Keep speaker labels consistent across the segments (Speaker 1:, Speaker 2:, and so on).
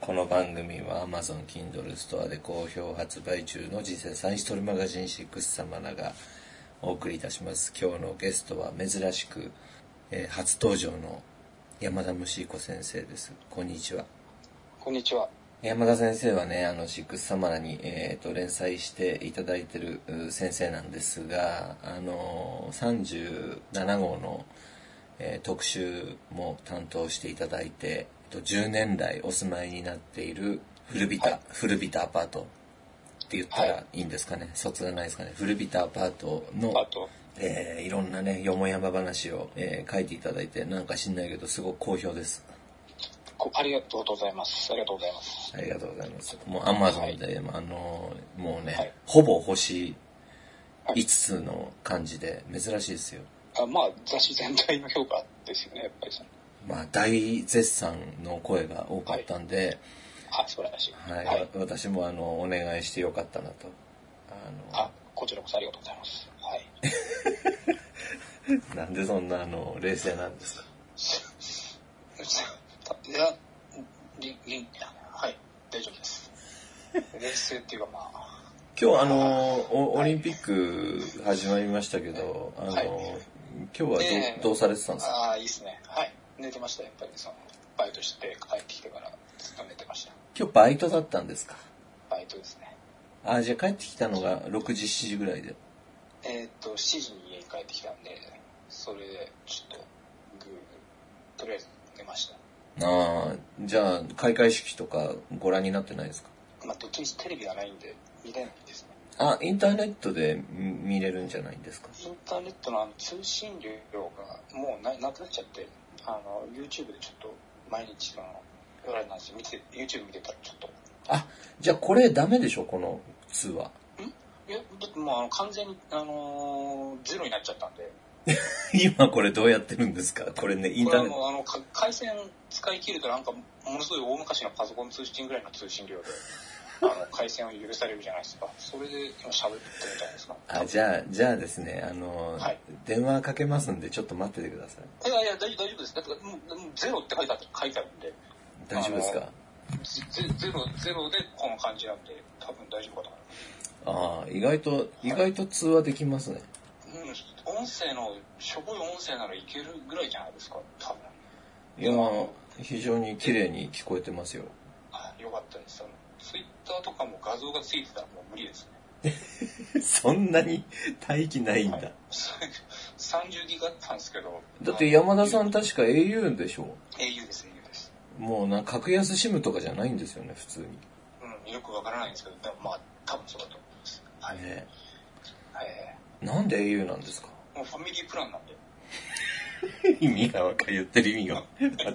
Speaker 1: この番組は Amazon Kindle ストアで好評発売中の次世三一人マガジン6様ながお送りいたします。今日のゲストは珍しく、えー初登場の山田虫彦先生です。こんにちは。
Speaker 2: こんにちは。
Speaker 1: 山田先生はね、あの、シックスサマラに、えー、と連載していただいてるう先生なんですが、あのー、37号の、えー特集も担当していただいて、えっと10年来お住まいになっている古びた、古びたアパートって言った
Speaker 2: は
Speaker 1: らいいんですかね、卒がないですかね、古びたアパートの、
Speaker 2: あと、
Speaker 1: えーいろんなね、よもやま話を、えー書いていただいて、なんか知んないけど、すごく好評です。
Speaker 2: こありがとうございます。ありがとうございます。
Speaker 1: ありがとうございます。もう Amazon で、あの、もうね、
Speaker 2: はい
Speaker 1: ほぼ星
Speaker 2: はい
Speaker 1: 5つの感じで珍しいですよ。
Speaker 2: あまあ、雑誌全体の評価ですよね、やっぱりその。
Speaker 1: まあ、大絶賛の声が多かったんで、
Speaker 2: はい、素晴らしい。
Speaker 1: はい、
Speaker 2: は
Speaker 1: わ私もあの、お願いしてよかったなと。あ
Speaker 2: あ、こちらこそありがとうございます。はい。
Speaker 1: の、なんでそんなあの、冷静なんですか
Speaker 2: いや、り、り、はい、大丈夫です。冷静っていうかまあ、
Speaker 1: 今日あの、おオリンピック始まりましたけど、あの、
Speaker 2: はい
Speaker 1: 今日はど,、
Speaker 2: ええ
Speaker 1: どうされてたんですか
Speaker 2: ああ、いいですね。はい。寝てました、やっぱりその、バイトして帰ってきてからずっと寝てました。
Speaker 1: 今日バイトだったんですか
Speaker 2: バイトですね。
Speaker 1: あ、じゃあ帰ってきたのが6時、7時ぐらいで。
Speaker 2: えーっと、7時に家に帰ってきたんで、それで、ちょっと、ぐーとりあえず寝ました。
Speaker 1: ああ、じゃあ、開会式とかご覧になってないですか
Speaker 2: まあ、どっちみちテレビがないんで、見れないですね。
Speaker 1: あ、インターネットで見見れるんじゃないんですか
Speaker 2: インターネットのあの通信量がもうななくなっちゃって、あの、YouTube でちょっと、毎日その、夜なんですよ。見て、YouTube 見てたらちょっと、
Speaker 1: あ、じゃあこれダメでしょこの通話。
Speaker 2: いや、だってもうあの完全に、あのーゼロになっちゃったんで、
Speaker 1: 今これどうやってるんですかこれね、イン
Speaker 2: こ
Speaker 1: ター
Speaker 2: れは
Speaker 1: ネット。
Speaker 2: もうあの、か回線使い切るとなんか、ものすごい大昔のパソコン通信ぐらいの通信 量で、あの、回線を許されるじゃないですか。それで今喋ってるじゃないですか。
Speaker 1: あ、じゃあ、じゃあですね、あの、
Speaker 2: はい
Speaker 1: 電話かけますんでちょっと待っててください。
Speaker 2: いやいや、大丈夫大丈夫です。だってもう、もうゼロって書いてある書いてあるんで。
Speaker 1: 大丈夫ですか
Speaker 2: ゼゼロ、ゼロでこの感じなんで、多分大丈夫かな。
Speaker 1: ああ、意外と、意外と通話できますね。
Speaker 2: うん、音声の、しょぼい音声ならいけるぐらいじゃないですか、多分。
Speaker 1: いや、非常に綺麗に聞こえてますよ。
Speaker 2: あ、よかったです。あの、ツイッターとかも画像がついてたらもう無理ですね。
Speaker 1: そんなに待機ないんだ。
Speaker 2: はい30ギガだったんですけど。
Speaker 1: だって山田さ
Speaker 2: あ
Speaker 1: ん
Speaker 2: の。
Speaker 1: 確か au でしょ
Speaker 2: au です、au です。
Speaker 1: もうな、格安 SIM とかじゃないんですよね、普通に。
Speaker 2: うん、よくわからないんですけど、でもまあ、多分そうだと思います。はい。
Speaker 1: ね
Speaker 2: え
Speaker 1: なんで au なんですか
Speaker 2: ーもうファミリープランなんで。
Speaker 1: 意味がわか言ってる意味が。ちょっと、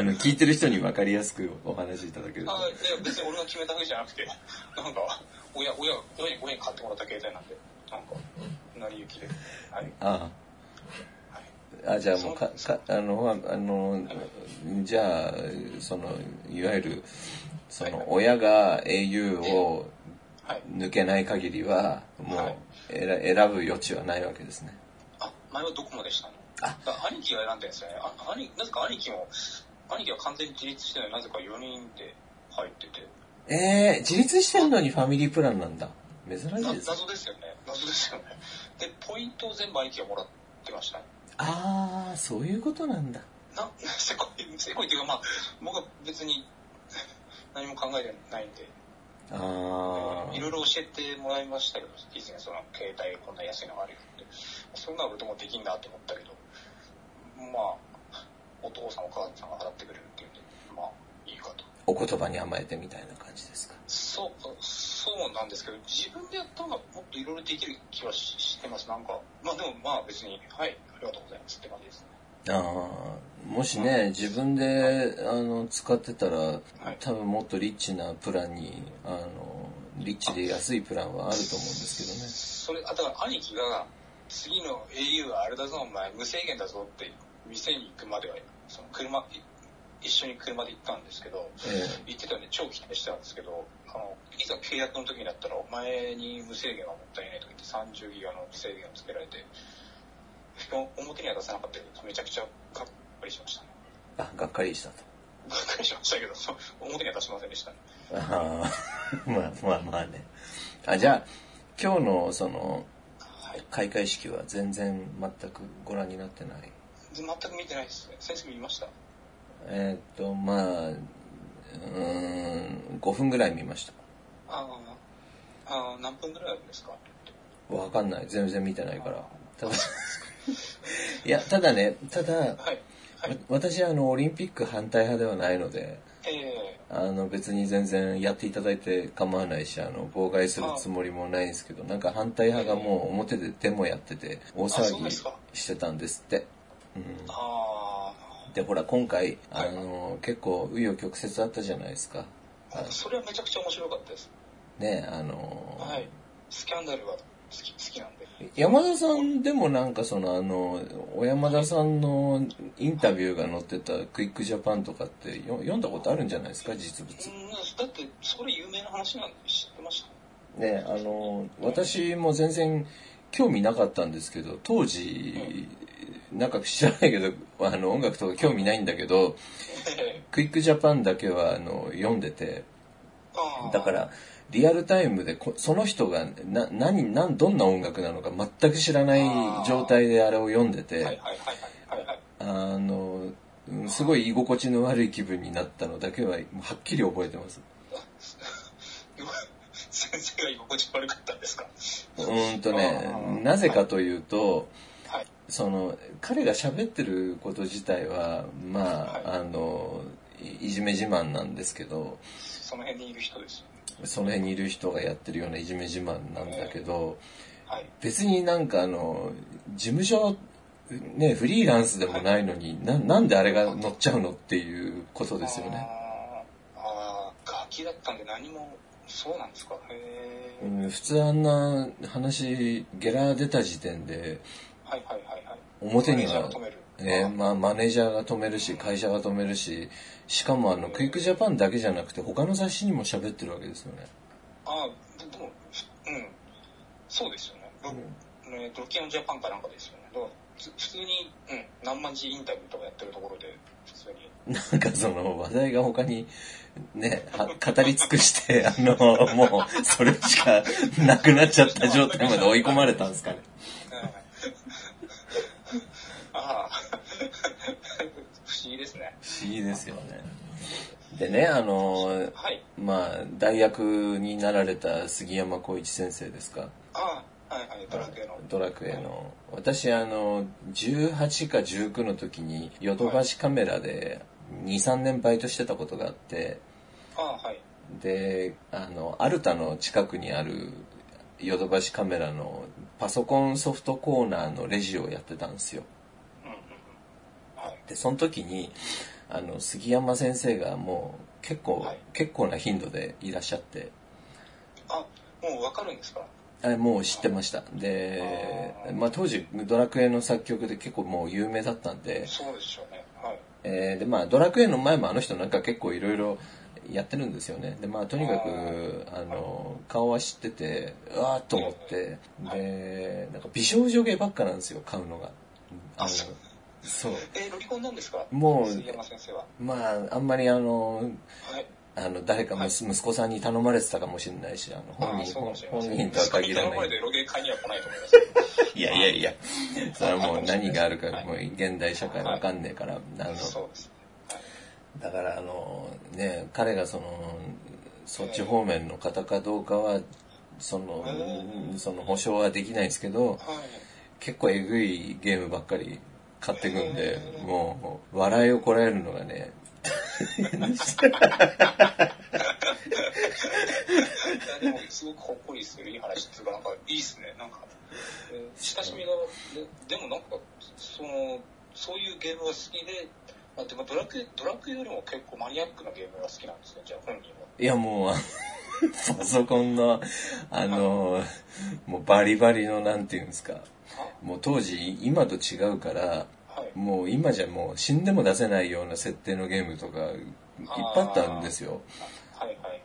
Speaker 1: あの、聞いてる人にわかりやすくお話しいただけると。
Speaker 2: あいや別に俺が決めたわけじゃなくて なんか親親親に親に買ってもらった携帯なんでなんか成り行きではい
Speaker 1: あ
Speaker 2: はい
Speaker 1: あ。あ、じゃあもうか、か、あの、ああの、じゃあ、その、いわゆる、その、親が au を
Speaker 2: はい
Speaker 1: 抜けない限りは、も、
Speaker 2: はいう
Speaker 1: えら選ぶ余地はないわけですね。
Speaker 2: あ前はドコモでしたね
Speaker 1: あ
Speaker 2: だから兄貴が選んでるんですよねあ兄なぜか兄貴も兄貴は完全に自立してないなぜか4人で入ってて
Speaker 1: えー、自立してるのにファミリープランなんだ。珍し
Speaker 2: な
Speaker 1: で
Speaker 2: い
Speaker 1: すね。
Speaker 2: 謎ですよね謎ですよねでポイントを全部兄貴がもらってましたね
Speaker 1: ああ、そういうことなんだ。
Speaker 2: な せこいせこいっていうかまあ僕は別に 何も考えてないんで
Speaker 1: ああ
Speaker 2: い。ろいろ教えてもらいましたけど、以前その携帯こんな安いのがあるよって。そんなの俺ともできんなと思ったけど、まあ、お父さんお母さんが払ってくれるっていうんで、まあ、いいかと。
Speaker 1: お言葉に甘えてみたいな感じですか。
Speaker 2: そう、そうなんですけど、自分でやった方がもっといろいろできる気はししてます、なんか。まあでもまあ別に、はい、ありがとうございますって感じですね。
Speaker 1: ああ、もしね、自分で、あの、使ってたら、
Speaker 2: はい
Speaker 1: 多分もっとリッチなプランに、あの、リッチで安いプランはあると思うんです
Speaker 2: それ、あ、だから兄貴が、次の au はあれだぞ、お前、無制限だぞって、店に行くまでは、その車、い一緒に車で行ったんですけど、
Speaker 1: けどね。え
Speaker 2: 言ってたんで超期待してたんですけどあのいざ契約の時になったらお前に無制限はもったいないとか言って30ギガの制限をつけられて表には出さなかったけどめちゃくちゃがっかりしましたね
Speaker 1: えあ、がっかりしたと。
Speaker 2: がっかりしましたけど、そう表には出しませんでしたね。
Speaker 1: ああ、 まあまあまあね。あ、じゃあ、今日のその、
Speaker 2: はい。
Speaker 1: 開会式は全然全くご覧になってない。
Speaker 2: 全く見てないですね。先生見ました
Speaker 1: えーっと、まあ、うーん、5分ぐらい見ました。
Speaker 2: ああ、ああ、何分ぐらいあるんですか
Speaker 1: わかんない。全然見てないから。ただ、いや、ただね、ただ、
Speaker 2: はい。はい。
Speaker 1: わ私あの、オリンピック反対派ではないので、
Speaker 2: ええ
Speaker 1: あの別に全然やっていただいて構わないしあの妨害するつもりもないんですけどなんか反対派がもう表でデモやってて大騒ぎしてたんですって。うん、
Speaker 2: あ
Speaker 1: でほら今回あ
Speaker 2: はい
Speaker 1: の結構紆余曲折あったじゃないですか。
Speaker 2: あ、それはめちゃくちゃ面白かったです。
Speaker 1: ねあの、
Speaker 2: はい。スキャンダルは好き、好きなんで。
Speaker 1: 山田さんでもなんかそのあの小山田さんのインタビューが載ってた「クイックジャパン」とかってよ読んだことあるんじゃないですか実物。
Speaker 2: うん、だって、それ有名な話なんで知ってました
Speaker 1: ねあの私も全然興味なかったんですけど当時なんか知らないけどあの音楽とか興味ないんだけど
Speaker 2: ええ
Speaker 1: 「クイックジャパン」だけはあの読んでて
Speaker 2: ああ
Speaker 1: だからリアルタイムでこその人がな何何どんな音楽なのか全く知らない状態であれを読んでて。
Speaker 2: はいはいはいはいはいはい。
Speaker 1: あの、うんすごい居心地の悪い気分になったのだけは、はっきり覚えてます。
Speaker 2: 先生が居心地悪かったんですか
Speaker 1: うーんとね
Speaker 2: あー、
Speaker 1: なぜかというと、
Speaker 2: はい。
Speaker 1: その、彼が喋ってること自体は、まあ、
Speaker 2: は
Speaker 1: あの、いいじめ自慢なんですけど、
Speaker 2: その辺にいる人ですよね。
Speaker 1: その辺にいる人がやってるようないじめ自慢なんだけど、
Speaker 2: はい。
Speaker 1: 別になんかあの、事務所、ね、フリーランスでもないのに、な、なんであれが乗っちゃうのっていうことですよね。
Speaker 2: あーあー、楽器だったんで何も、そうなんですか。へえ、
Speaker 1: うん普通あんな話ゲラ出た時点で
Speaker 2: はいはいはいはい。
Speaker 1: 表に
Speaker 2: マネー
Speaker 1: は
Speaker 2: ジャーが止める。
Speaker 1: えーまあ、マネージャーが止めるし会社が止めるししかもあのクイックジャパンだけじゃなくて他の雑誌にも喋ってるわけですよね
Speaker 2: ああ、ででも、うん。そうですよね。ロねロッキンオンジャパンかなんかですよね。だからふ普通に、うん、何万字インタビューとかやってるところで、普通に。
Speaker 1: なんかその話題が他にねは語り尽くして あのもうそれしか なくなっちゃった状態まで追い込まれたんですかね
Speaker 2: うんああ、不思議ですね。
Speaker 1: 不思議ですよねでねあの
Speaker 2: はい。
Speaker 1: まあ大学になられた杉山浩一先生ですか
Speaker 2: ああ、はいはい、ドラクエの。
Speaker 1: ドラクエの私あの18か19の時にヨドバシカメラで23年バイトしてたことがあって
Speaker 2: ああ、はい。
Speaker 1: であのアルタの近くにあるヨドバシカメラのパソコンソフトコーナーのレジをやってたんですよ
Speaker 2: うんうんうん。はい。
Speaker 1: でその時にあの杉山先生がもう結構、
Speaker 2: はい
Speaker 1: 結構な頻度でいらっしゃって
Speaker 2: あ、もうわかるんですか
Speaker 1: あもう知ってましたで
Speaker 2: あー
Speaker 1: まあ、当時ドラクエの作曲で結構もう有名だったんで
Speaker 2: そうでしょうね。はい。
Speaker 1: えーでまあドラクエの前もあの人なんか結構いろいろやってるんですよねでまあとにかくあの顔は知っててうわーっと思ってでなんか美少女ゲーばっかなんですよ買うのがあの
Speaker 2: あそう
Speaker 1: そう
Speaker 2: えーロリコンなんですか
Speaker 1: もう
Speaker 2: 杉山先生は。
Speaker 1: まああんまりあの
Speaker 2: はい。
Speaker 1: あの誰か、
Speaker 2: はい
Speaker 1: 息息子さんに頼まれてたかもしれないしあの
Speaker 2: あ
Speaker 1: 本
Speaker 2: あ、
Speaker 1: 人
Speaker 2: そうかもしれま
Speaker 1: 本
Speaker 2: せん。
Speaker 1: 人とは限ら
Speaker 2: 頼ま
Speaker 1: な
Speaker 2: れ
Speaker 1: い
Speaker 2: てロゲ買いには来ないと思いますよ。
Speaker 1: いやいやいやそれはもう何があるか
Speaker 2: はい
Speaker 1: もう現代社会わかんねえから、あの
Speaker 2: そうです。
Speaker 1: だからあのね彼がそのそっち方面の方かどうかはその
Speaker 2: う
Speaker 1: その保証はできないですけど
Speaker 2: はい。
Speaker 1: 結構えぐいゲームばっかり買ってくんで
Speaker 2: へー
Speaker 1: もう笑いをこらえるのがね
Speaker 2: いやでも、すごくほっこりするいい話っていうか、なんか、いいっすね。なんか、えー親しみが、ででもなんか、その、そういうゲームが好きで、まあ、でもドラクエ、ドラクエよりも結構マニアックなゲームが好きなんですね、じゃあ本人は。
Speaker 1: いやもうあの パソコンのあのもうバリバリのなんていうんですかもう当時今と違うから
Speaker 2: あはい。
Speaker 1: もう今じゃもう死んでも出せないような設定のゲームとかいっぱいあったんですよ。
Speaker 2: はいはい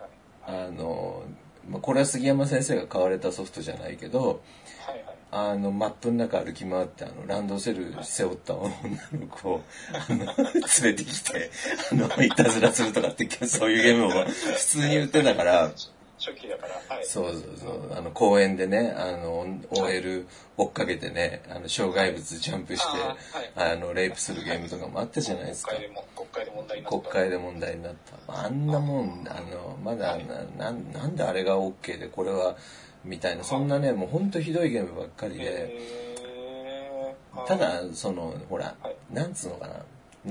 Speaker 2: はい。
Speaker 1: あの、まあ、これは杉山先生が買われたソフトじゃないけど、
Speaker 2: はいはい。
Speaker 1: あの、マップの中歩き回って、あの、ランドセル背負った女の子を、あの、連れてきて、あの、いたずらするとかって、そういうゲームを普通に売ってたから、
Speaker 2: 初期だから、はい。
Speaker 1: そうそうそう、あの、公園でね、あの、OL 追っかけてね、あの、障害物ジャンプして、
Speaker 2: あ
Speaker 1: あの、レイプするゲームとかもあったじゃないですか
Speaker 2: 国。会でも、国会で問題にな
Speaker 1: 国
Speaker 2: った。
Speaker 1: 会で問題になった。あんなもん、あの、まだな、なんなんであれが OK で、これは、みたいな、そんなね、もうほんとひどいゲームばっかりで、
Speaker 2: へー
Speaker 1: た、だそのほら、
Speaker 2: はい
Speaker 1: なんつうのかな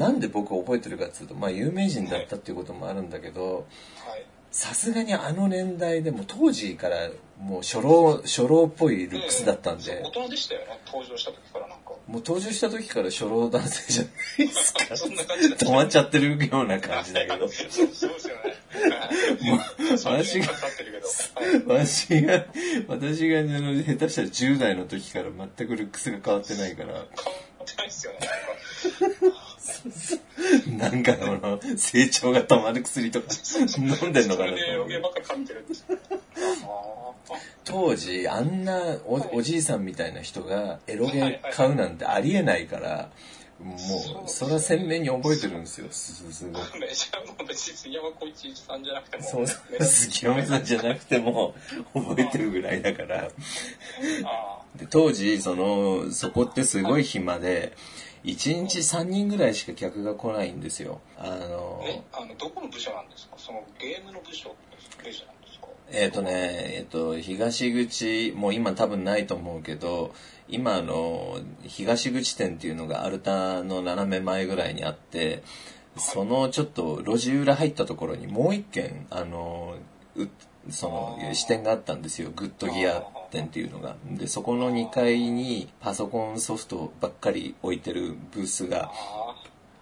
Speaker 1: なんで僕覚えてるかっていうとまあ有名人だったっていうこともあるんだけど
Speaker 2: はい。
Speaker 1: さすがにあの年代でも当時からもう初老初老っぽいルックスだったん
Speaker 2: ええ
Speaker 1: で
Speaker 2: 大人でしたよね、登場した時からな んか。
Speaker 1: もう登場した時から初老男性じゃないですか
Speaker 2: そんな感じだった
Speaker 1: 止まっちゃってるような感じだけど
Speaker 2: そうそうですよね。
Speaker 1: もう私が
Speaker 2: 30年経ってるけど。はい
Speaker 1: 私が私があの下手したら10代の時から全くルックスが変わってないから
Speaker 2: 変わってないですよね。
Speaker 1: なんかあの成長が止まる薬とか飲んでんのかな
Speaker 2: それで
Speaker 1: と思
Speaker 2: 余
Speaker 1: う
Speaker 2: 計ばっかり買ってるんです。あ
Speaker 1: 当時あんなお,、
Speaker 2: はい
Speaker 1: おじいさんみたいな人がエロゲー買うなんてありえないから、もうそ
Speaker 2: そう
Speaker 1: れは鮮明に覚えてるんですよすすごく
Speaker 2: ーめちゃもう別に杉山浩一さんじゃなくても。
Speaker 1: そうそ
Speaker 2: め
Speaker 1: う杉山さんじゃなくても覚えてるぐらいだから
Speaker 2: あ
Speaker 1: で当時そのそこってすごい暇で1日3人ぐらいしか客が来ないんですよあ
Speaker 2: ー
Speaker 1: の
Speaker 2: え、あの、どこの部署なんですかそのゲームの部署部署なんですか
Speaker 1: えっ、とね、えっ、と、東口、もう今多分ないと思うけど、今あの、東口店っていうのがアルタの斜め前ぐらいにあって、そのちょっと路地裏入ったところにもう一軒、あの、うその
Speaker 2: あー
Speaker 1: 支店があったんですよ。グッドギア店っていうのが。で、そこの2階にパソコンソフトばっかり置いてるブースが、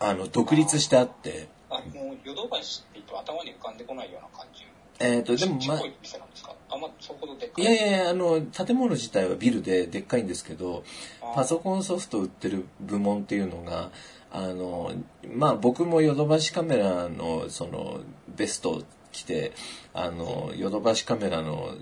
Speaker 2: あ
Speaker 1: あの、独立してあって、
Speaker 2: あ。あ、もう、ヨドバシって言うと頭に浮かんでこないような感じ。
Speaker 1: えっ、と、でも
Speaker 2: ち
Speaker 1: ま
Speaker 2: っ
Speaker 1: あ
Speaker 2: こ、い店なんですかあんまそこほどでっか
Speaker 1: いやいやいや、あの、建物自体はビルででっかいんですけど、パソコンソフト売ってる部門っていうのが、あの、まあ僕もヨドバシカメラの、その、ベスト着て、あの、ヨドバシカメラの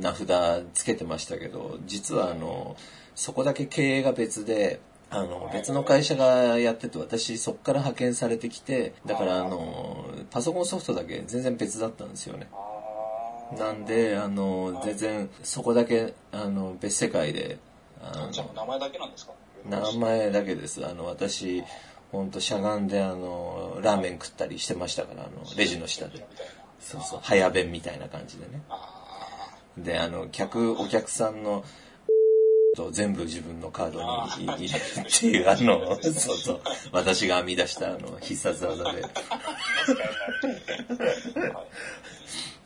Speaker 1: 名札つけてましたけど、実はあの、そこだけ経営が別で、あの、別の会社がやってて、私そこから派遣されてきて、だからあの、パソコンソフトだけ全然別だったんですよね。
Speaker 2: あー
Speaker 1: なんで、あの、全然、そこだけ、あの、別世界で、あ
Speaker 2: じゃあもう
Speaker 1: の、
Speaker 2: 名前だけなんですか
Speaker 1: 名前だけです。あの、私、ほんとしゃがんで、あの、ラーメン食ったりしてましたから、あの、レジの下で。そうそう、早弁みたいな感じでね。
Speaker 2: あ
Speaker 1: で、あの、客、お客さんの、と全部自分のカードに入れるっていう、あの、そうそう、私が編み出した、あの、必殺技で。
Speaker 2: ーはい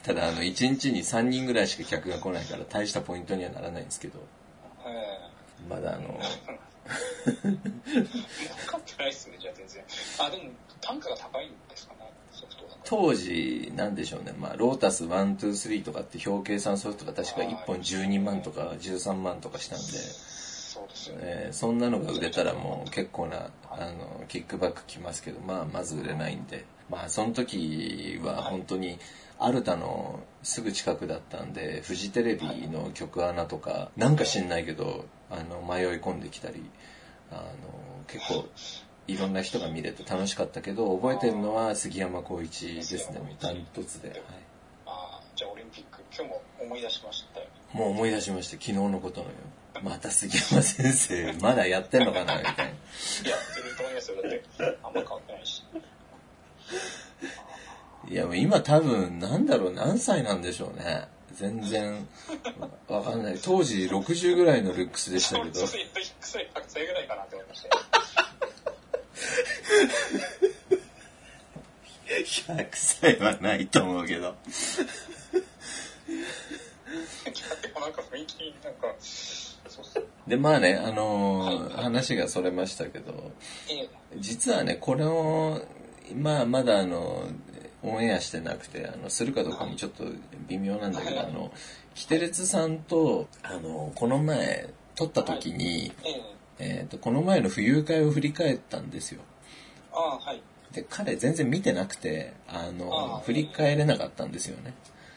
Speaker 1: ただ、あの、1日に3人ぐらいしか客が来ないから、大したポイントにはならないんですけど、
Speaker 2: え
Speaker 1: まだあの、
Speaker 2: え分かってないですねじゃあ全然あでも単価が高いんですかねソフトだと
Speaker 1: 当時なんでしょうね、まあ、ロータス123とかって表計算ソフトが確か1本12万とか13万とかしたんで、
Speaker 2: そうですよね
Speaker 1: えーそんなのが売れたらもう結構なあのキックバックきますけど、まあ、まず売れないんでまあその時は本当にアルタのすぐ近くだったんでフジテレビの局アナとかなんか知んないけどあの迷い込んできたりあの結構いろんな人が見れて楽しかったけど覚えてるのは杉山浩一ですねダントツで、はい、
Speaker 2: あーじゃあオリンピック今日も思い出しましたよ
Speaker 1: もう思い出しました昨日のことのようまた杉山先生まだやってんのかなみたいない
Speaker 2: やってると思いますよだってあんま変わってないし
Speaker 1: いや、もう今多分、なんだろう、何歳なんでしょうね。全然、わわかんない。当時60ぐらいのルックスでしたけ
Speaker 2: 俺
Speaker 1: ど
Speaker 2: そ、れ100歳100歳ぐらいかなって思いましたよ
Speaker 1: 100歳はないと思うけど。
Speaker 2: でもなんか雰囲気なんかそうっすね
Speaker 1: で、まあね、あのー話がそれましたけど、
Speaker 2: ええ
Speaker 1: 実はね、これを、まあ、まだあの、オンエアしてなくて、あの、するかどうかもちょっと微妙なんだけど、あの、キテレツさんと、あの、この前、撮った時に、
Speaker 2: ええ
Speaker 1: えっ、と、この前の浮遊会を振り返ったんですよ。
Speaker 2: ああはい
Speaker 1: で彼全然見てなくてあの
Speaker 2: ああ
Speaker 1: 振り返れなかったんですよね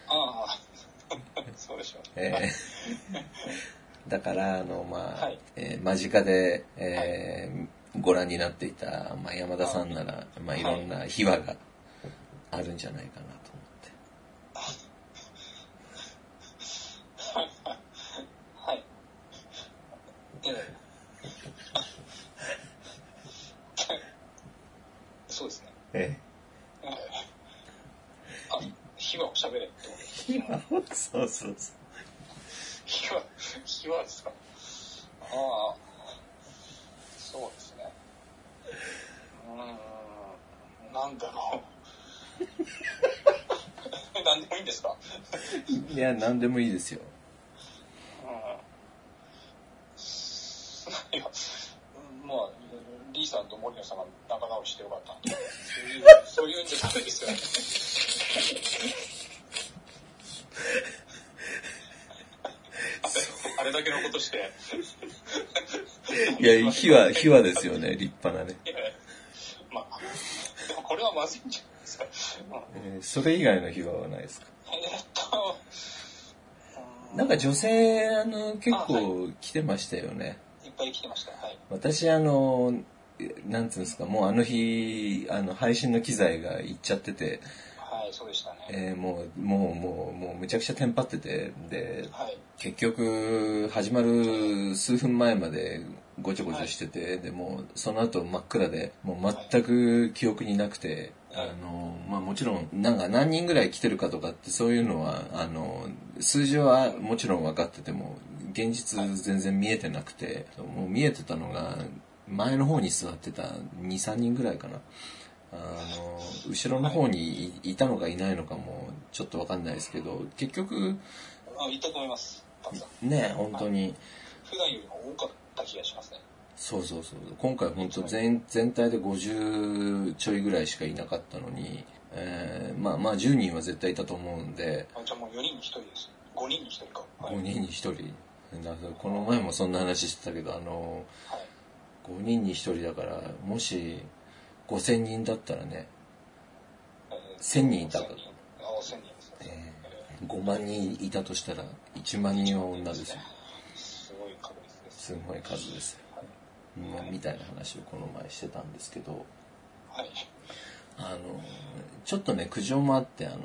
Speaker 2: ああそうでしょうね。
Speaker 1: え
Speaker 2: はい
Speaker 1: ー だから、あの、まあ、
Speaker 2: はい
Speaker 1: えー間近で、えーご覧になっていた、まあ、山田さんなら、まあ、
Speaker 2: はい
Speaker 1: いろんな秘話があるんじゃないかなと思って。
Speaker 2: はい。ええ。そうですね。
Speaker 1: え
Speaker 2: うんあ、秘話を喋れって思って。
Speaker 1: 秘話を そうそうそ
Speaker 2: 秘話、秘話ですかああ、そうですね。うーん、なんだろう。なんでもいいんですか
Speaker 1: う。いや、なんでもいいですよ。
Speaker 2: うんいや、うんまあ、リーさんと森野さんが仲直りしてよかったなとそういう、そういうんじゃないですよね。 あれあれだけのことして。
Speaker 1: いや、秘話、秘話ですよね、立派なね。
Speaker 2: いやまあ、でもこれはまずいんじゃないですか。まあ、
Speaker 1: えーそれ以外の秘話はないですか
Speaker 2: えっと、うん
Speaker 1: なんか女性、あの、結
Speaker 2: あ
Speaker 1: 構来てましたよね。
Speaker 2: いっぱい来てました。はい。
Speaker 1: 私あのなんつうんですかもうあの日あの配信の機材がいっちゃってて、
Speaker 2: はい、そうでしたね。
Speaker 1: えーもうもうもうもうむちゃくちゃテンパっててで
Speaker 2: はい。
Speaker 1: 結局始まる数分前までごちゃごちゃしてて、でもうその後真っ暗でもう全く記憶になくて、
Speaker 2: はい
Speaker 1: あのまあ、もちろんなんか何人ぐらい来てるかとかってそういうのはあの数字はもちろん分かってても現実全然見えてなくてもう見えてたのが前の方に座ってた23人ぐらいかな。あの後ろの方にいいたのかいないのかもちょっと分かんないですけど結局
Speaker 2: あ、いったと思います。たくさん。
Speaker 1: ね本当に
Speaker 2: 普段よりも多かった気がしますね。
Speaker 1: そうそうそう。今回本当全全体で50ちょいぐらいしかいなかったのに、えーまあまあ10人は絶対いたと思うんで、
Speaker 2: あじゃあもう4人に1人です。5人に1人か。は
Speaker 1: 5
Speaker 2: い。はい。
Speaker 1: 人に1人。だからこの前もそんな話してたけど、あの、5人に1人だから、もし5000人だったらね、
Speaker 2: えー
Speaker 1: 1000人いた
Speaker 2: 1000
Speaker 1: か
Speaker 2: 人あ、1000人ですね。
Speaker 1: えー5万人いたとしたら1万人は女ですよ。
Speaker 2: すごい確率です。
Speaker 1: すごい数ですよ。
Speaker 2: はい。
Speaker 1: まあみたいな話をこの前してたんですけど、
Speaker 2: はい。
Speaker 1: あのちょっとね苦情もあってあの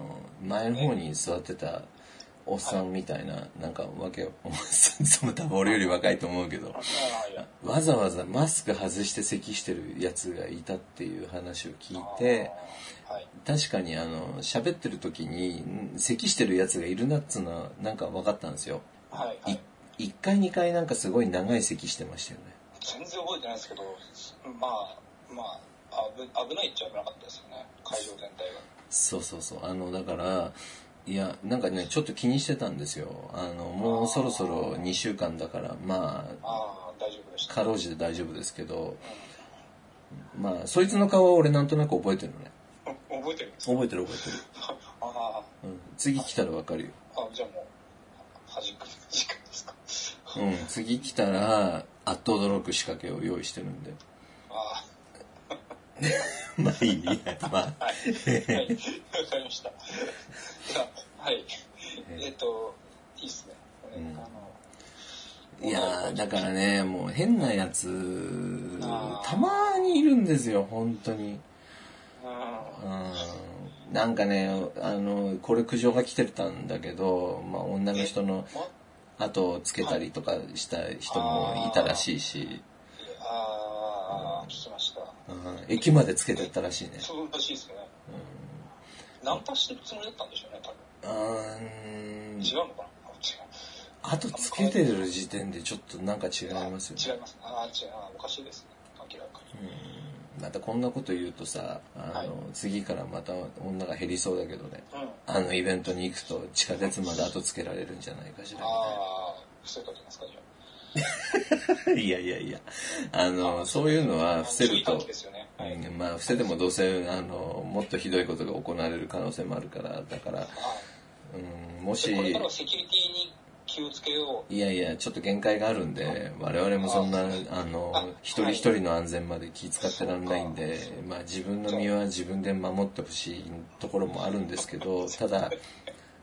Speaker 1: 前の方に座ってたおっさんみたいな、なんかわけおっさんその多分俺より若いと思うけど
Speaker 2: あいや。
Speaker 1: わざわざマスク外して咳してるやつがいたっていう話を聞いて
Speaker 2: あー、はい。
Speaker 1: 確かにあの喋ってる時にん咳してるやつがいるなっつうのはなんか分かったんですよ、、
Speaker 2: はい。はいい。
Speaker 1: 1回2回なんかすごい長い咳してましたよね
Speaker 2: 全然覚えてないですけど、まあ、まあ、危危ないっちゃ危なかったですよね。会場全体が。
Speaker 1: そうそうそうあのだからいやなんかねちょっと気にしてたんですよあのもうそろそろ2週間だからまあ
Speaker 2: ああ、大丈夫でした。
Speaker 1: かろうじて大丈夫ですけどまあそいつの顔は俺なんとなく覚えてるのね
Speaker 2: お覚えてるん ですか
Speaker 1: 覚えてる覚えて
Speaker 2: あ
Speaker 1: る、うん、次来たらわかるよ、
Speaker 2: あ、あじゃあもう、端っこの時間ですか。
Speaker 1: うん、次来たらあっと驚く仕掛けを用意してるんで
Speaker 2: あ
Speaker 1: まあいいやまあ
Speaker 2: あ、はい。はい。わかりました。 じゃあ、はい。えっと、いいっすね。
Speaker 1: うん
Speaker 2: あの
Speaker 1: いやーだからねもう変なやつ
Speaker 2: あー
Speaker 1: たまにいるんですよ本当に
Speaker 2: うん
Speaker 1: うんなんかね、あの、これ苦情が来てたんだけど、まあ女の人の
Speaker 2: ま
Speaker 1: 後をつけたりとかした人もいたらしいし、
Speaker 2: ああ、聞きました。
Speaker 1: うん駅までつけてったらしいね。
Speaker 2: そうらしいですね。ナンパしてるつもりだったんでしょうね、多分。
Speaker 1: うん、うん
Speaker 2: 違うのかなあ違。
Speaker 1: 後つけてる時点でちょっとなんか違いうますよね。
Speaker 2: 違います。ああ、違う。おかしいですね。明らかに。
Speaker 1: うんまたこんなこと言うとさ、あの、次からまた女が減りそうだけどね。
Speaker 2: うん。
Speaker 1: あのイベントに行くと地下鉄まで後つけられるんじゃないかしら。
Speaker 2: ああ、そういうことですか、じゃあ。
Speaker 1: いやいやいや、あの、そういうのは伏せ
Speaker 2: 注
Speaker 1: る
Speaker 2: 意喚
Speaker 1: と
Speaker 2: 起で、すよね。はい。
Speaker 1: うんまあ伏せてもどうせ、あの、もっとひどいことが行われる可能性もあるから、だから、
Speaker 2: はい
Speaker 1: うん、もし
Speaker 2: で、これからはセキュリティに気をつけよう。
Speaker 1: いやいや、ちょっと限界があるんで、我々もそんな、あ
Speaker 2: あ
Speaker 1: の、一人一人の安全まで気遣ってらんないんで、まあ自分の身は自分で守ってほしいところもあるんですけど、ただ、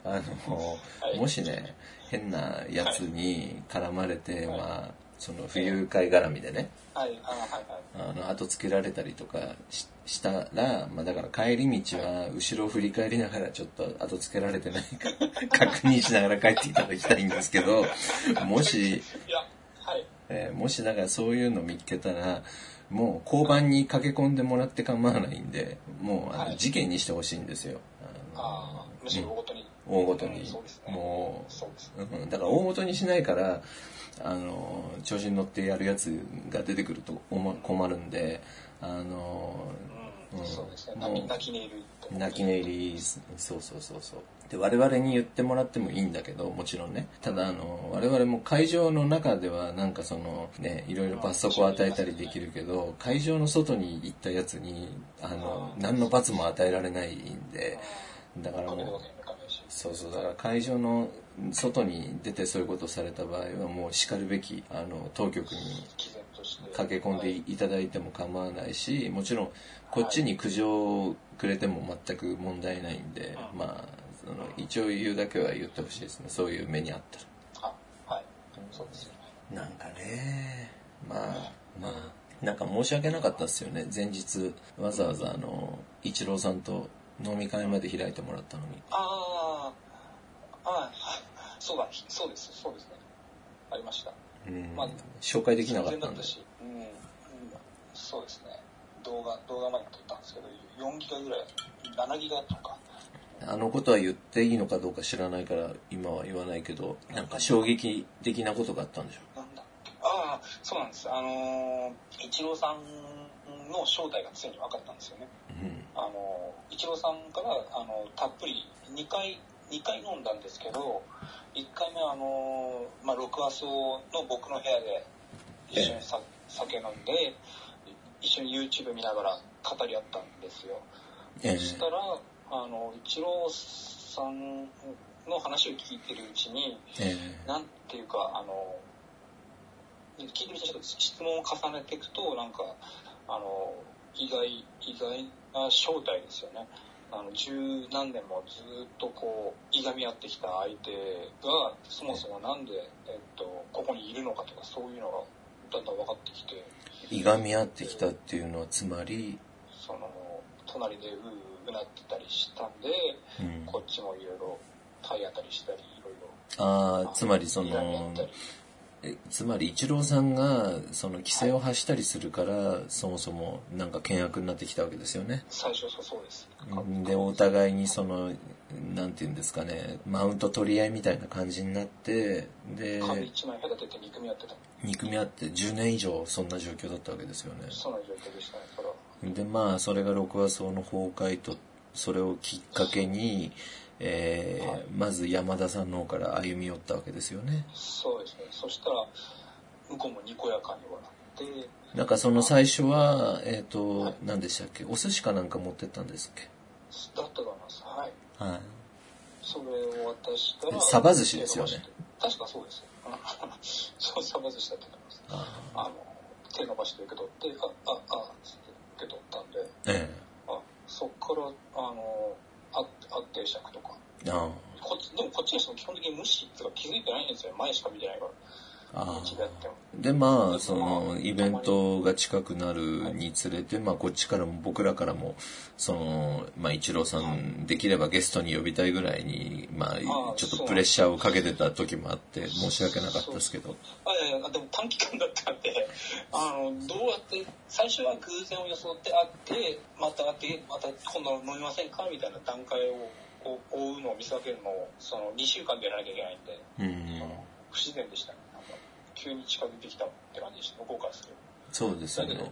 Speaker 1: あの、
Speaker 2: はい
Speaker 1: もしね、変なやつに絡まれて、
Speaker 2: はい
Speaker 1: まあ、その不愉快絡みでね、
Speaker 2: はい、あはい、はい。
Speaker 1: あの、後つけられたりとかししたら、まあだから帰り道は後ろを振り返りながらちょっと後つけられてないか 確認しながら帰っていただきたいんですけど、もし、
Speaker 2: いや、はい。
Speaker 1: えーもしだからそういうの見つけたら、もう交番に駆け込んでもらって構わないんで、もうあ
Speaker 2: は
Speaker 1: の
Speaker 2: い
Speaker 1: 事件にしてほしいんですよ。
Speaker 2: ああ、むしろ大ごとに。
Speaker 1: 大ごとに
Speaker 2: うんそうです。ね。
Speaker 1: もう、
Speaker 2: そうですね。
Speaker 1: うん、だから大元にしないからあの調子に乗ってやるやつが出てくると思困るんであの
Speaker 2: うん、
Speaker 1: うん
Speaker 2: そうですね。
Speaker 1: もう
Speaker 2: 泣き泣き寝入りと。
Speaker 1: 泣き寝入りそうそうそうそうで我々に言ってもらってもいいんだけどもちろんねただあの我々も会場の中ではなんかそのねいろいろ罰則を与えたりできるけど会場の外に行ったやつにあの何の罰も与えられないんでだから
Speaker 2: お金と
Speaker 1: もう
Speaker 2: かにもいかないし。
Speaker 1: そうそうだから会場の外に出てそういうことをされた場合はもうしかるべきあの当局に
Speaker 2: 毅然として。
Speaker 1: 駆け込んで
Speaker 2: はい。
Speaker 1: いただいても構わないしもちろんこっちに苦情をくれても全く問題ないんで、
Speaker 2: うん
Speaker 1: まあその一応言うだけは言ってほしいですねそういう目にあった
Speaker 2: あはい。そうですよね。
Speaker 1: らなんかねまあまあなんか申し訳なかったですよね前日わざわざあのイチローさんと飲み会まで開いてもらったのに
Speaker 2: ああ、はい。そうだ、そうです、そうですね。ありました。
Speaker 1: うん
Speaker 2: まあ
Speaker 1: 紹介できなかっ
Speaker 2: 偶然
Speaker 1: た
Speaker 2: だ
Speaker 1: ん
Speaker 2: っ
Speaker 1: で
Speaker 2: たし、うん、うんそうですね。動画、動画前に撮ったんですけど、4ギガぐらい、7ギガとか。
Speaker 1: あのことは言っていいのかどうか知らないから今は言わないけどなんか衝撃的なことがあったんでしょ
Speaker 2: なんだっけああ、そうなんです。あのー、イチローさんの正体がついに分かったんですよね。
Speaker 1: う
Speaker 2: あのー、イチローさんから、あのー、たっぷり2回、2回飲んだんですけど、1回目はあのー、まあ、録画をの僕の部屋で一緒にさ、酒飲んで、一緒に YouTube 見ながら語り合ったんですよ。
Speaker 1: ええ
Speaker 2: そしたら、あの、イチローさんの話を聞いてるうちに、
Speaker 1: え
Speaker 2: なんていうか、あの、聞いてるうちにちょっと質問を重ねていくと、なんか、あの、意外、意外な正体ですよね。あの、十何年もずっとこう、いがみ合ってきた相手が、そもそもなんで、えっと、ここにいるのかとか、そういうのが、だんだん分かってきて、
Speaker 1: いがみ合ってきたっていうのはつまり、
Speaker 2: その、隣でうううなってたりしたんで、
Speaker 1: うん
Speaker 2: こっちもいろいろ体当たりしたり、いろいろ。
Speaker 1: ああつまりそ
Speaker 2: 睨み合
Speaker 1: の
Speaker 2: ったり
Speaker 1: えつまりイチローさんがその規制を発したりするからそもそもなんか険悪になってきたわけですよね
Speaker 2: 最初そうそうです。
Speaker 1: でお
Speaker 2: い。
Speaker 1: 互いにそのなんていうんですかねマウント取り合いみたいな感じになってで
Speaker 2: 紙一枚隔てて憎み合ってた。
Speaker 1: 憎み合って10年以上そんな状況だったわけですよね
Speaker 2: その状況でしたね、それは。
Speaker 1: でまあそれが六和荘の崩壊とそれをきっかけに、えー
Speaker 2: はい
Speaker 1: まず山田さんの方から歩み寄ったわけですよね
Speaker 2: そうですね。そしたら、向こうもにこやかに笑って、
Speaker 1: なんかその最初はえっ、と、
Speaker 2: はい
Speaker 1: 何でしたっけお寿司かなんか持ってったんですっ
Speaker 2: だったと思います。はい。
Speaker 1: けはい
Speaker 2: それを渡したら、
Speaker 1: サバ寿司ですよね。
Speaker 2: 確かそうですよ。 そう、サバ寿司だったと思います。
Speaker 1: あ
Speaker 2: あの、手伸ばして受け取って、あ、あ、あ、つって受け取ったんで、
Speaker 1: ーえ
Speaker 2: あ、そっから、あの、ああって釈とか。
Speaker 1: えあ
Speaker 2: こっち、でもこっちの人も基本的に無視っていうか気づいてないんですよ。前しか見てないから。
Speaker 1: ああ
Speaker 2: 違っても。
Speaker 1: ーでまあそのイベントが近くなるにつれて、まあ、こっちからも僕らからもその、まあ、一郎さんできればゲストに呼びたいぐらいに、まあ、
Speaker 2: あ
Speaker 1: ちょっとプレッシャーをかけてた時もあって申し訳なかったですけど
Speaker 2: あ、いやいや、でも短期間だったんで、 あの、どうやって、最初は偶然を装って会って、また会って、また今度飲みませんかみたいな段階を、こう追うのを見せ分けるのを、その2週間でやらなきゃいけないんで、
Speaker 1: うん
Speaker 2: 不自然でしたね。なんか急に近づいてきたって感じでした、向こうからする
Speaker 1: そうですよ
Speaker 2: だけ
Speaker 1: ね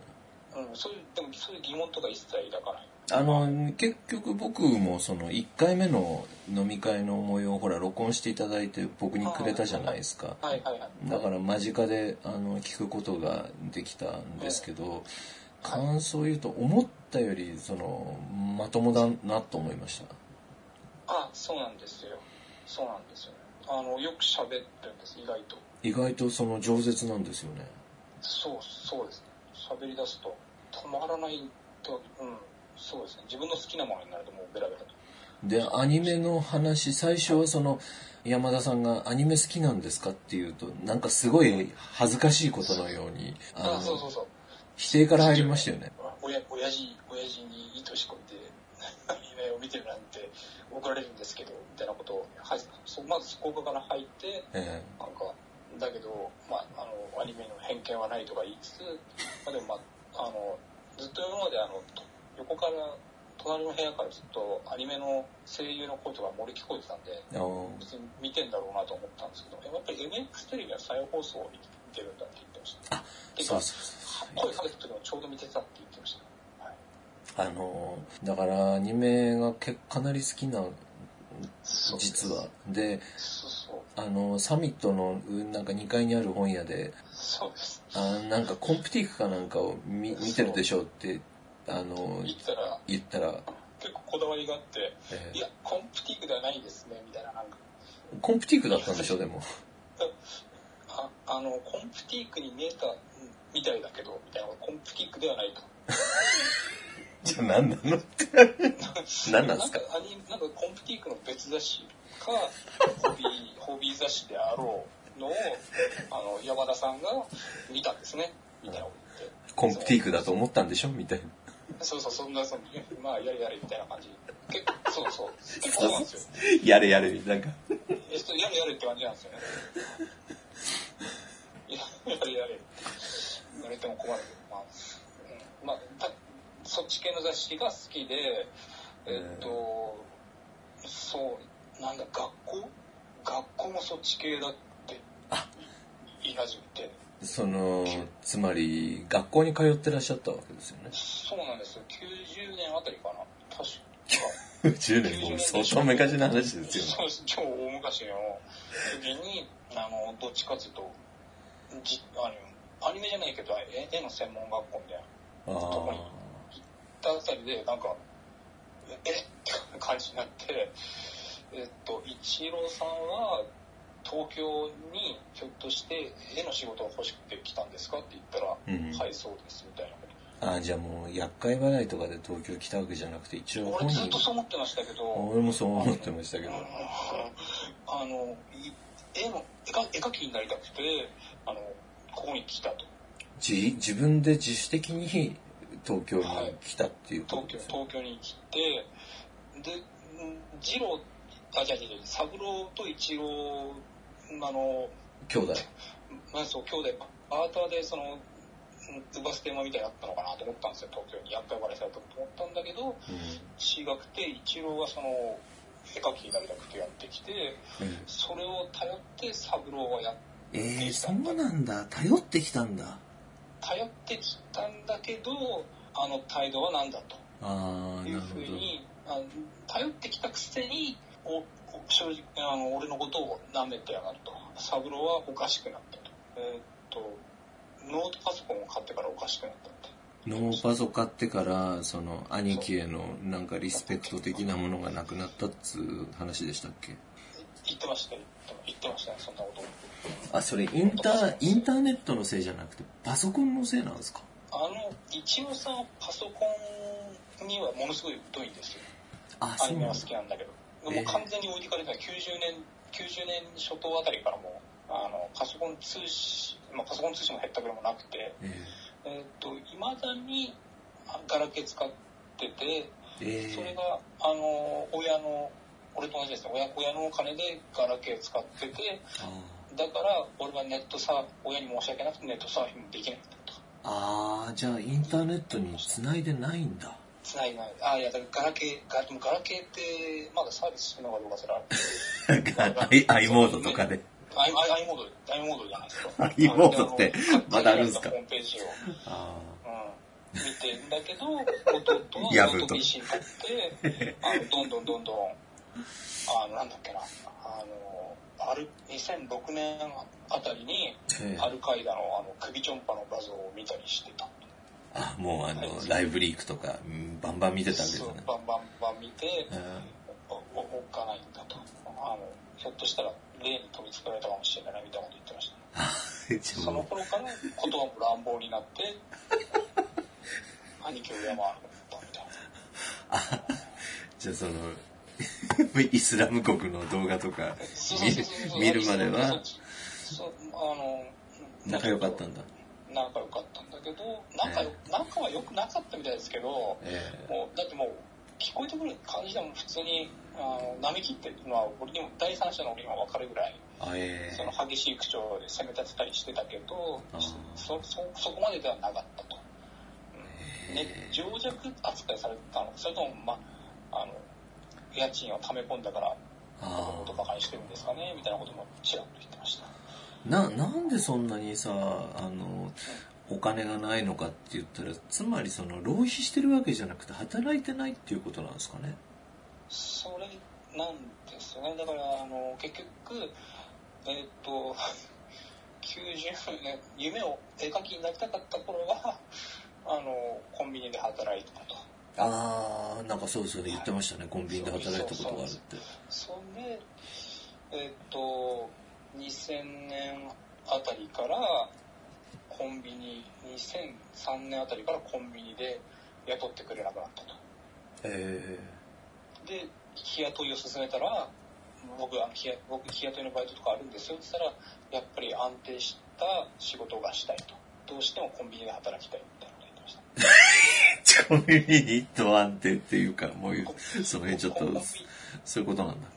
Speaker 2: どうん、そういう、でもそういう疑問とか一切抱かない。
Speaker 1: あの結局僕もその1回目の飲み会の模様をほら録音していただいて僕にくれたじゃないですか
Speaker 2: はいはいはい。
Speaker 1: だから間近であの聞くことができたんですけど感想を言うと思ったよりそのまともだなと思いました
Speaker 2: あ、そうなんですよ。そうなんですよね。あの、よく喋ってるんです、意外と。
Speaker 1: 意外とその饒舌なんですよね
Speaker 2: そう、そうですね。喋り出すと、止まらないと、うん、そうですね。自分の好きなものになるともうベラベラと。
Speaker 1: でアニメの話最初はその山田さんが「アニメ好きなんですか?」っていうとなんかすごい恥ずかしいことのように
Speaker 2: あ
Speaker 1: あ
Speaker 2: そうそう
Speaker 1: の
Speaker 2: そう。
Speaker 1: 否定から入りましたよね
Speaker 2: 親親父親父にいい年こいて 夢を見てるなんて怒られるんですけどみたいなことをはいそまずそこから入って
Speaker 1: え
Speaker 2: なんかだけど、まあ、あのアニメの偏見はないとか言いつつ、まあ、でも、まあ、あのずっと今まであのと横から隣の部屋からずっとアニメの声優の声とか漏れ聞こえてたんで
Speaker 1: えあの
Speaker 2: 別に見てんだろうなと思ったんですけどやっぱり MX テレビは再放送を見てるんだって言ってました
Speaker 1: あそうそうそう
Speaker 2: 声かけた時もちょうど見てたって言ってました、は
Speaker 1: あ
Speaker 2: い、
Speaker 1: のだからアニメがけかなり好きな
Speaker 2: そうです
Speaker 1: 実はで
Speaker 2: そうそう
Speaker 1: あのサミットのうんなんか2階にある本屋で
Speaker 2: そうです
Speaker 1: あなんかコンプティークかなんかを見見てるでしょうってあの
Speaker 2: 言ったら
Speaker 1: 言ったら、
Speaker 2: 結構こだわりがあって
Speaker 1: え
Speaker 2: いやコンプティークではないですねみたいななんか
Speaker 1: ーコンプティークだったんでしょでも
Speaker 2: ああのコンプティークに見えたうんみたいだけどみたいなコンプティークではないと
Speaker 1: じゃあ何なの 何なんですか
Speaker 2: なんかアニなんかコンプティークの別雑誌かホビーホビー雑誌であろうのをあの山田さんが見たんですねみたいなこと言って
Speaker 1: コンプティークだと思ったんでしょみたいな
Speaker 2: そうそうそんなそのまあやれやれみたいな感じ結構そうそう結構そうなんですよ
Speaker 1: やれやれなんか
Speaker 2: えそれやれやれって感じなんですよね。やれやれ。言われても困るけど、まあ、うんまあ、たそっち系の雑誌が好きで、えっと、そう、なんだ、学校学校もそっち系だって言い始めて、
Speaker 1: そのつまり学校に通ってらっしゃったわけですよね
Speaker 2: そうなんですよ、90年あたりかな、確か。
Speaker 1: 10年も相当昔の話ですよ、ね、
Speaker 2: そうです超大昔の時にあのどっちかっていうとじあのアニメじゃないけど絵絵の専門学校みたいな
Speaker 1: あ
Speaker 2: 行ったあたりでなんかええって感じになってえっと一郎さんは東京にひょっとして絵の仕事が欲しくて来たんですかって言ったら「
Speaker 1: うん
Speaker 2: はいそうです」みたいなこと
Speaker 1: ああじゃあもう厄介払いとかで東京来たわけじゃなくて一応
Speaker 2: 俺
Speaker 1: 本
Speaker 2: ずっとそう
Speaker 1: 人
Speaker 2: 思ってましたけど
Speaker 1: 俺もそう思ってましたけど
Speaker 2: あの、い絵の、絵か絵描きになりたくて、あの、ここに来たと。
Speaker 1: じ自分で自主的に東京に来たっていうこと
Speaker 2: 東京、
Speaker 1: ですよ
Speaker 2: 東京に来て、で、うん二郎、あ、じゃじゃ三郎と一郎、あの、
Speaker 1: 兄弟
Speaker 2: まあ、そう、兄弟、アーターで、その、うんバステーマみたいになったのかなと思ったんですよ、東京に。厄介バレされたと思ったんだけど、違くて、一郎がその、絵描きになりたくてやってきて、
Speaker 1: うんうん
Speaker 2: それを頼って三郎がやっ
Speaker 3: えー、そうなんだ。頼ってきたんだ。
Speaker 2: 頼ってきたんだけどあの態度は何だ
Speaker 1: ああ
Speaker 2: と
Speaker 1: な
Speaker 2: いう
Speaker 1: る
Speaker 2: ふ
Speaker 1: ほ
Speaker 2: う
Speaker 1: ど
Speaker 2: にあの頼ってきたくせにおお正直あの俺のことを舐めてやがると三郎はおかしくなったと,、えーっとノートパソコンを買ってからおかしくなったって
Speaker 1: ノーパソ買ってからその兄貴へのなんかリスペクト的なものがなくなったっつう話でしたっけ
Speaker 2: 言ってましたよ言ってましたねそんなこと
Speaker 1: あそれインターインターネットのせいじゃなくてパソコンのせいなんですか
Speaker 2: あの一応さんはパソコンにはものすごい疎いんですよ
Speaker 1: あ
Speaker 2: ア
Speaker 1: そ
Speaker 2: ニ
Speaker 1: う
Speaker 2: メ
Speaker 1: な
Speaker 2: は
Speaker 1: ん
Speaker 2: 好
Speaker 1: だ
Speaker 2: きなんだけど、
Speaker 1: え
Speaker 2: も
Speaker 1: え
Speaker 2: う完全に置いてかれてない90年90年初頭あたりからもうあのパソコン通信、まあ、パソコン通信も減ったくれもなくて
Speaker 1: え
Speaker 2: えーっといまだにあガラケー使ってて
Speaker 1: え
Speaker 2: それ
Speaker 1: え
Speaker 2: があの親の俺と同じですね親親のお金でガラケー使ってて
Speaker 1: あ
Speaker 2: だから俺はネットサー親に申し訳なくてネットサーフィンもできなかったと
Speaker 1: あーじゃあインターネットに繋いでないんだ
Speaker 2: つないでないあいやだからガラケーガラでもガラケーってまだサービスしてるのかどうかすら
Speaker 1: アイ アイモードとかで
Speaker 2: アイアイアイモード、アイモードじゃないですか。
Speaker 1: アイモードって
Speaker 2: あの
Speaker 1: まだあるんですか
Speaker 2: ホームページを、
Speaker 1: あ
Speaker 2: うん、見てんだけど、弟は
Speaker 1: やぶと
Speaker 2: ノート PC に買って、あのどんどんどんどん、あの、なんだっけな、あの、ある2006年あたりに、
Speaker 1: ーええ
Speaker 2: アルカイダのあの首ちょんぱの画像を見たりしてた。
Speaker 1: あもうあのライブリークとかうんバンバン見てたんです
Speaker 2: そう
Speaker 1: ね
Speaker 2: バンバンバン見て、
Speaker 1: え
Speaker 2: おおおっかないんだと。あの、ひょっとしたら、例に飛びつかれたかもしれないみたいなこと言ってました。
Speaker 1: えじゃ
Speaker 2: そ
Speaker 1: あ
Speaker 2: の
Speaker 1: も
Speaker 2: 頃から言葉も乱暴になって、 兄貴を敬わなかったみたいな。
Speaker 1: うじゃあその イスラム国の動画とか
Speaker 2: そうそう
Speaker 1: 見
Speaker 2: そ
Speaker 1: る
Speaker 2: うそう
Speaker 1: 見るまでは
Speaker 2: そうあの
Speaker 1: 仲良かったんだ。
Speaker 2: 仲良かったんだけど仲よ仲は良くなかったみたいですけども
Speaker 1: え
Speaker 2: うだってもう聞こえてくる感じでも普通にあの波切ってまあ俺にも第三者の俺にも分かるぐらい
Speaker 1: えあえ
Speaker 2: その激しい口調で攻め立てたりしてたけど
Speaker 1: あー
Speaker 2: そそそこまでではなかったと、うんね
Speaker 1: へー、
Speaker 2: 情弱扱いされたのそれとも、ま、あの家賃をため込んだから
Speaker 1: あ
Speaker 2: とバカにしてるんですかねみたいなこともちらっと言ってました
Speaker 1: あななんでそんなにさあのお金がないのかって言ったらつまりその浪費してるわけじゃなくて働いてないっていうことなんですかね
Speaker 2: それなんですよねだからあの結局えーっと 90年夢を絵描きになりたかった頃はあのコンビニで働いてたと
Speaker 1: ああなんかそうそう言ってましたねコンビニで働いたことがあるって
Speaker 2: それえっ、と2000年あたりからコンビニ2003年あたりからコンビニで雇ってくれなくなったと
Speaker 1: え
Speaker 2: で日雇いを勧めたら僕あの日僕日雇いのバイトとかあるんですよって言ったらやっぱり安定した仕事がしたいとどうしてもコンビニで働きたいみたいなこと言ってました
Speaker 1: え コンビニと安定っていうかもういうその辺ちょっとそういうことなんだ